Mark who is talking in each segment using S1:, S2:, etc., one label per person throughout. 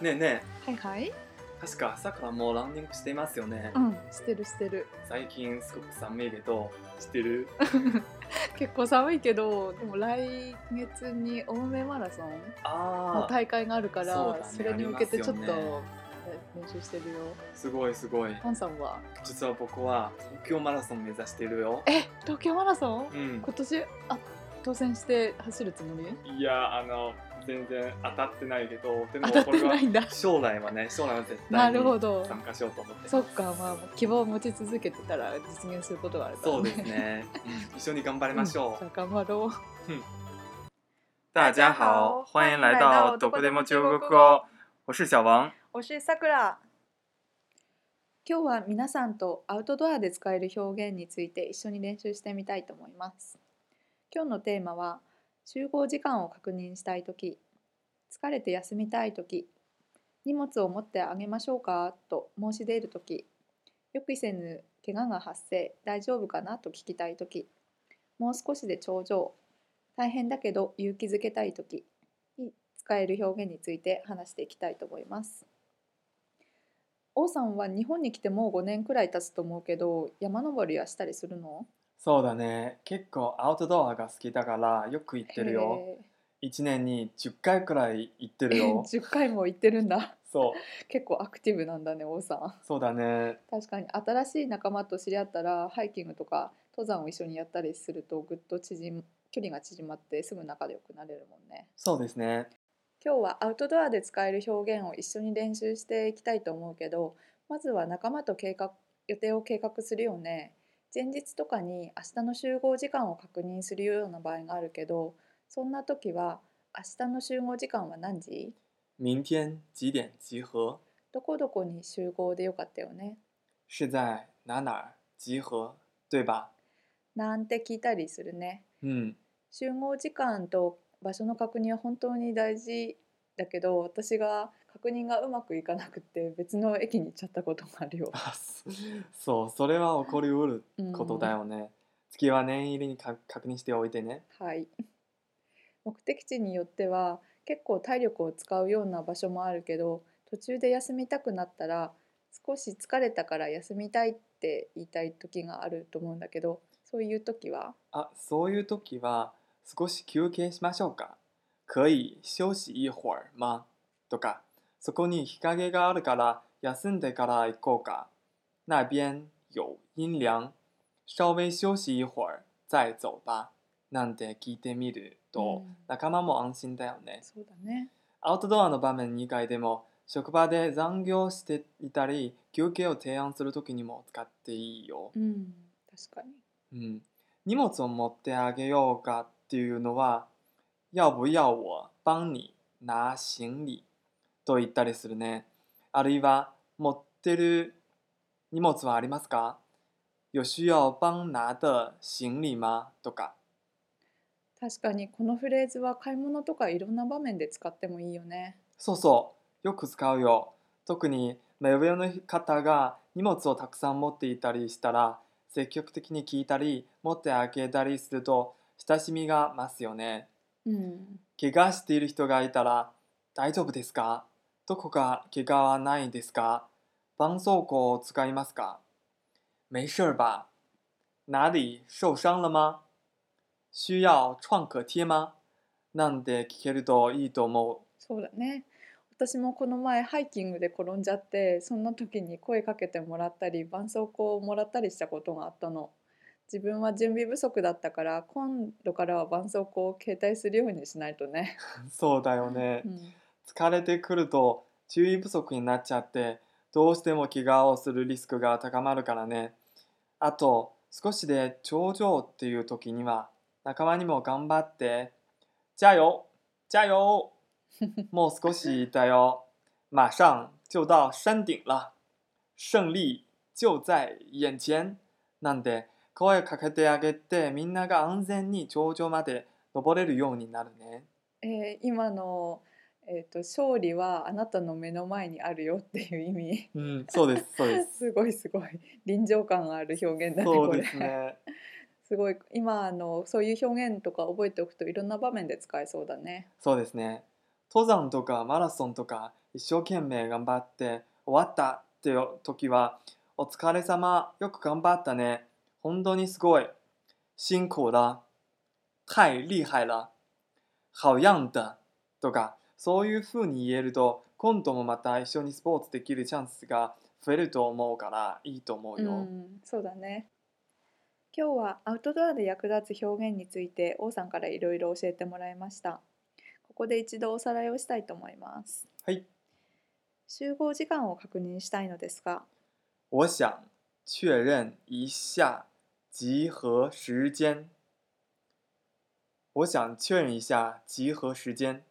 S1: ねえね
S2: はいはい
S1: え確か朝からもうランニングしていますよね、
S2: うんしてるしてる
S1: 最近すごく寒いけどしてる
S2: 結構寒いけどでも来月に青梅マラソンの
S1: ああ
S2: 大会があるから
S1: そう
S2: そ,、
S1: だね
S2: れに向けてちょ
S1: あ
S2: っと
S1: りますよ
S2: 練習してるよ
S1: すごいすごい
S2: パンさんは
S1: 実は僕は東京マラソン目指してるよ
S2: え東京マラソン
S1: うん
S2: 今年あ当選して走るつもり
S1: いやあの全然当たってないけどでも
S2: 当たっ
S1: これ
S2: て
S1: は
S2: ないんだ
S1: 将来はね将来は絶
S2: な
S1: 対に
S2: るほど
S1: 参加しようと思って
S2: そっかまあ希望を持ち続けてたら実現することがあるから、
S1: そう
S2: ね、
S1: ですね、うん一緒に頑張りましょう、
S2: じゃあ頑張ろう
S1: 大家好，欢迎来到どこでも中国語。我是小王。
S2: おしさくら今日は皆さんとアウトドアで使える表現について一緒に練習してみたいと思います今日のテーマは集合時間を確認したいとき疲れて休みたいとき荷物を持ってあげましょうかと申し出るとき予期せぬ怪我が発生大丈夫かなと聞きたいときもう少しで頂上大変だけど勇気づけたいときに使える表現について話していきたいと思います。王さんは日本に来てもう5年くらい経つと思うけど山登りはしたりするの
S1: そうだね。結構アウトドアが好きだからよく行ってるよ。
S2: へ
S1: 一年に10回くらい行って
S2: え
S1: る よ。
S2: 10回も行ってるんだ
S1: そう、
S2: 結構アクティブなんだね王さん
S1: そうだね。
S2: 確かに新しい仲間と知り合ったらハイキングとか登山を一緒にやったりするとぐっと縮む距離が縮まってすぐ仲良くなれるもんね
S1: そうですね。
S2: 今日はアウトドアで使える表現を一緒に練習していきたいと思うけどまずは仲間と計画予定を計画するよね前日とかに明日の集合時間を確認するような場合があるけどそんな時は明日の集合時間は何時
S1: 明天几点集合？
S2: どこどこに集合でよかったよね
S1: 是在哪哪儿集合？对吧？
S2: なんて聞いたりするね
S1: うん。
S2: 集合時間と場所の確認は本当に大事だけど私が確認がうまくいかなくて別の駅に行っちゃったこともあるよ。
S1: あそそう、それは起こりうる
S2: うん
S1: ことだよね。次は念入りにか確認しておいてね。
S2: はい、目的地によっては結構体力を使うような場所もあるけど途中で休みたくなったら少し疲れたから休みたいって言いたい時があると思うんだけどそういう時は
S1: あ、そういう時は少し休憩しましょうか。可以休息一会儿吗？とか、そこに日陰があるから休んでから行こうか。那边有阴涼，稍微休息一会儿再走吧。なんて聞いてみると、
S2: うん
S1: 仲間も安心だよね。
S2: そうだね
S1: アウトドアの場面以外でも、職場で残業していたり、休憩を提案するときにも使っていいよ。
S2: うん確かに
S1: 嗯，荷物を持ってあげようかっていうのは、要不要我帮你拿行李と言ったりするね。あるいは、持ってる荷物はありますか有需要帮拿的行李吗とか。
S2: 確かにこのフレーズは買い物とかいろんな場面で使ってもいいよね
S1: そうそう、よく使うよ。特に目上の方が荷物をたくさん持っていたりしたら、積極的に聞いたり、持ってあげたりすると、親しみが増すよね。
S2: うん
S1: 怪我している人がいたら大丈夫ですかどこか怪我はないですか絆創膏を使いますか没事吧哪里受伤了吗需要创可贴吗なんて聞けるといいと思
S2: そうだね私もこの前ハイキングで転んじゃってそんな時に声かけてもらったり絆創膏をもらったりしたことがあったの自分は準備不足だったから今度からは絆創膏を携帯するようにしないとね、
S1: う。そうだよね
S2: う。ん、
S1: 疲れてくると注意不足になっちゃってどうしても怪我をするリスクが高まるからねあと少しで頂上っていう時には仲間にも頑張って「加油加油もう少しだよ马上就到山顶了胜利就在眼前」なんで声かけてあげてみんなが安全に頂上まで登れるようになるね。
S2: えー今の、えーと「勝利はあなたの目の前にあるよ」っていう意味
S1: うん、そうですそうです。
S2: すごいすごい臨場感がある表現だねこれ
S1: そうですね。
S2: すごい今あのそういう表現とか覚えておくといろんな場面で使えそうだね
S1: そうですね。登山とかマラソンとか一生懸命頑張って終わったっていう時はお疲れ様よく頑張ったね本当にすごい辛苦だ太厉害了好样的とかそういうふうに言えると今度もまた一緒にスポーツできるチャンスが増えると思うからいいと思う
S2: う
S1: よ。
S2: ん、そうだね。今日はアウトドアで役立つ表現について王さんからいろいろ教えてもらいました。ここで一度おさらいをしたいと思います。
S1: はい、
S2: 集合時間を確認したいのですが、
S1: 我想确认一下集合时间。我想确认一下集合时间，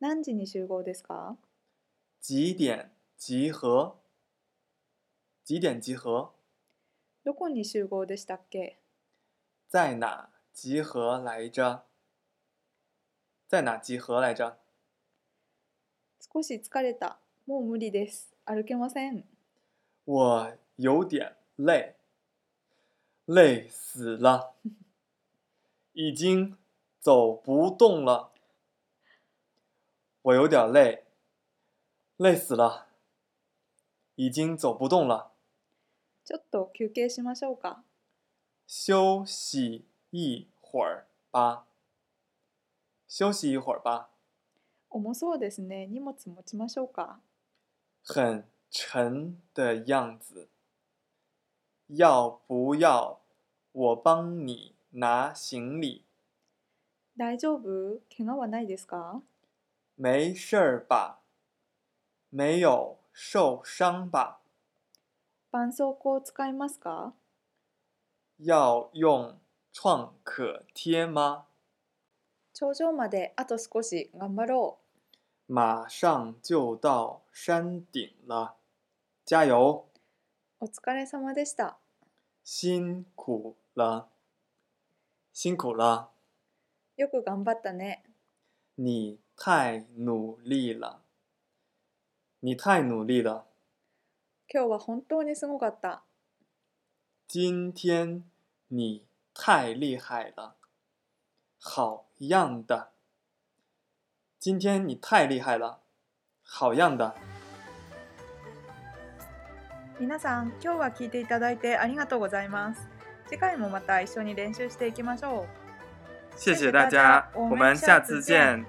S2: 何時に集合ですか
S1: 几点集合？几点集合？
S2: どこに集合でしたっけ
S1: 在哪集合来着？在哪集合来着？
S2: 少し疲れた。もう無理です。歩けません。
S1: 我有点累，累死了，已经走不动了。我有点累，累死了，已经走不动了。
S2: ちょっと休憩しましょうか。
S1: 休息一会儿吧，休息一会儿吧。
S2: 重そうですね。荷物持ちましょうか。
S1: 很沉的样子。要不要我帮你拿行李？
S2: 大丈夫怪我はないですか
S1: 没事儿吧？没有受伤吧？
S2: 絆創膏使いますか
S1: 要用创可贴吗？
S2: 頂上まであと少し頑張ろう。
S1: 马上就到山顶了，加油！
S2: お疲れ様でした。
S1: 辛苦了，辛苦了！
S2: よく頑張ったね。
S1: 你太努力了，你太努力了！
S2: 今日は本当にすごかった。
S1: 今天你太厉害了，好样的！今天你太厉害了，好样的！
S2: 皆さん、今日は聞いていただいてありがとうございます。次回もまた一緒に練習していきましょう。
S1: 谢
S2: 谢大家我们下次见。